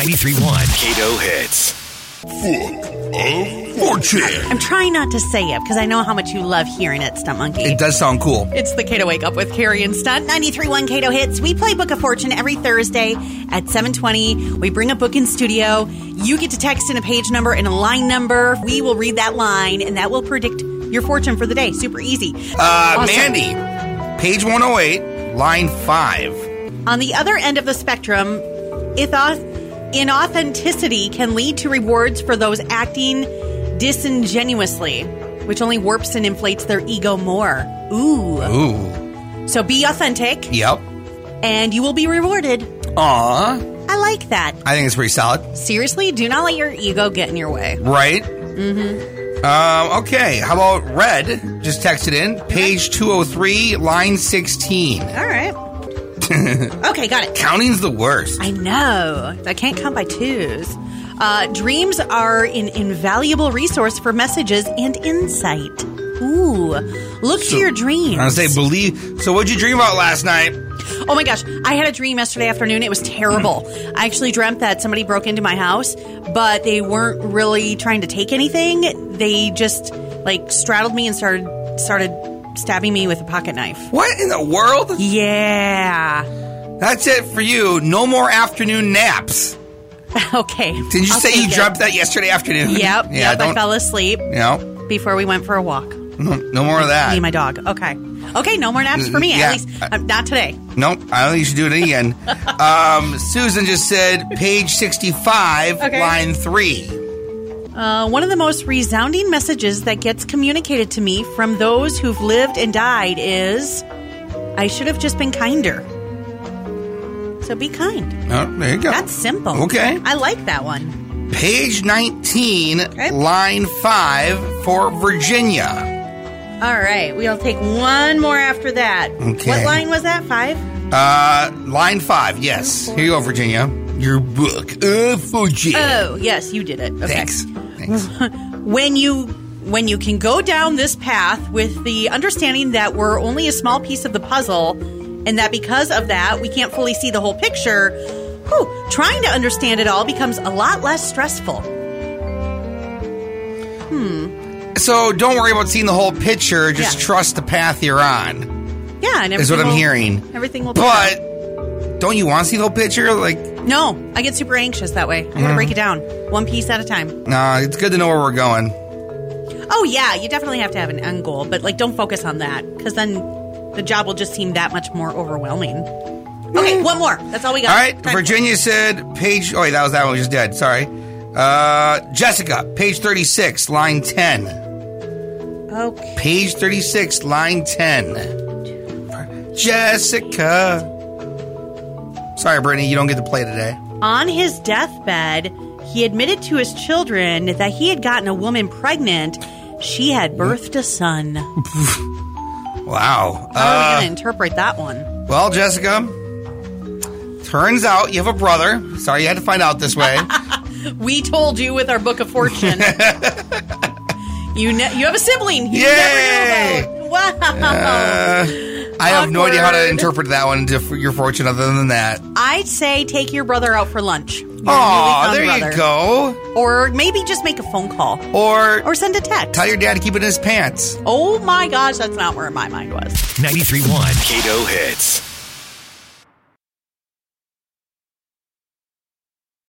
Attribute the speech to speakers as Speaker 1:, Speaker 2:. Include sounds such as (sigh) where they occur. Speaker 1: 931 Kato Hits.
Speaker 2: I'm trying not to say it because I know how much you love hearing it, Stunt Monkey.
Speaker 3: It does sound cool.
Speaker 2: It's the Cato Wake Up with Carrie and Stunt. 93.1 Cato Hits. We play Book of Fortune every Thursday at 7.20. We bring a book in studio. You get to text in a page number and a line number. We will read that line, and that will predict your fortune for the day. Super easy.
Speaker 3: Uh,
Speaker 2: Awesome.
Speaker 3: Mandy, page 108, line 5.
Speaker 2: On the other end of the spectrum, ithos- inauthenticity can lead to rewards for those acting disingenuously, which only warps and inflates their ego more. Ooh.
Speaker 3: Ooh.
Speaker 2: So be authentic,
Speaker 3: Yep.
Speaker 2: and you will be rewarded.
Speaker 3: Aw.
Speaker 2: I like that.
Speaker 3: I think it's pretty solid.
Speaker 2: Seriously, do not let your ego get in your way.
Speaker 3: Right? Mm-hmm. Um, okay. How about red? Just text it in. Page 203, line 16.
Speaker 2: All
Speaker 3: (laughs)
Speaker 2: right. okay, got it.
Speaker 3: Counting's the worst.
Speaker 2: I know. I can't count by twos. Uh, dreams are an invaluable resource for messages and insight. Ooh, look to your dreams.
Speaker 3: I was say believe. So what'd you dream about last night?
Speaker 2: Oh my gosh, I had a dream yesterday afternoon. It was terrible. I actually dreamt that somebody broke into my house, but they weren't really trying to take anything. They just like straddled me and started started stabbing me with a pocket knife.
Speaker 3: What in the world?
Speaker 2: Yeah. (laughs)
Speaker 3: That's it for you. No more afternoon naps.
Speaker 2: Okay.
Speaker 3: Didn't you
Speaker 2: I'll
Speaker 3: say you
Speaker 2: take it.
Speaker 3: dreamt that yesterday afternoon? (laughs)
Speaker 2: Yep.
Speaker 3: yeah.
Speaker 2: yep. I
Speaker 3: Don't.
Speaker 2: fell asleep
Speaker 3: you know,
Speaker 2: before we went for a walk. Me
Speaker 3: no, no more of that.
Speaker 2: and my dog. Okay. Okay. No more naps for me.
Speaker 3: Mm-hmm. Yeah.
Speaker 2: At least uh, not today.
Speaker 3: Nope, I don't think you should do it
Speaker 2: (laughs)
Speaker 3: again. um, Susan just said page 65,
Speaker 2: Okay.
Speaker 3: line Oh, 3.
Speaker 2: Uh, one of the most resounding messages that gets communicated to me from those who've lived and died is I should have just been kinder. So be kind.
Speaker 3: Oh, there you go.
Speaker 2: That's simple.
Speaker 3: Okay.
Speaker 2: I like that one.
Speaker 3: Page 19, line 5 for Virginia.
Speaker 2: All right. We'll take one more after that.
Speaker 3: Okay.
Speaker 2: What line was that? Five?
Speaker 3: Uh, line 5, yes. Here you go, Virginia. Your book of Virginia.
Speaker 2: Oh, yes. You did it. Okay.
Speaker 3: Thanks. Thanks.
Speaker 2: when you when you can go down this path with the understanding that we're only a small piece of the puzzle and that because of that we can't fully see the whole picture whew, trying to understand it all becomes a lot less stressful
Speaker 3: So don't worry about seeing the whole picture. Just
Speaker 2: Yeah.
Speaker 3: trust the path you're on.
Speaker 2: yeah and
Speaker 3: Is what
Speaker 2: everything
Speaker 3: I'm
Speaker 2: will-
Speaker 3: hearing.
Speaker 2: everything will be fine.
Speaker 3: But don't you want to see the whole picture? Like,
Speaker 2: no i get super anxious that way i'm
Speaker 3: Mm-hmm.
Speaker 2: gonna break it down one piece at a time
Speaker 3: nah. It's good to know where we're going.
Speaker 2: oh yeah you definitely have to have an end goal but like don't focus on that because then the job will just seem that much more overwhelming okay one more that's all we got
Speaker 3: Mm. All right.
Speaker 2: Time.
Speaker 3: Virginia said page. Oh, wait, that was that one we just did. Sorry. Uh, Jessica, page thirty-six, line ten.
Speaker 2: okay
Speaker 3: Page thirty-six, line ten. Jessica. Sorry, Brittany, you don't get to play today.
Speaker 2: On his deathbed, he admitted to his children that he had gotten a woman pregnant. She had birthed a son. How
Speaker 3: Wow.
Speaker 2: are we
Speaker 3: Uh,
Speaker 2: going to interpret that one?
Speaker 3: Well, Jessica, turns out you have a brother. Sorry you had to find out this way.
Speaker 2: We told you with our book
Speaker 3: (laughs)
Speaker 2: of fortune. you ne- you have a sibling. You
Speaker 3: Yay!
Speaker 2: never knew about. Wow.
Speaker 3: Uh, I have no idea how to
Speaker 2: Oh. Awkward.
Speaker 3: interpret that one to f- your fortune other than that.
Speaker 2: I'd say take your brother out for lunch. Your newly
Speaker 3: Aw,
Speaker 2: found
Speaker 3: there
Speaker 2: brother.
Speaker 3: you go.
Speaker 2: Or maybe just make a phone call
Speaker 3: Or,
Speaker 2: or send a text.
Speaker 3: tell your dad to keep it in his pants.
Speaker 2: oh my gosh, that's not where my mind was.
Speaker 1: 931 Kato Hits.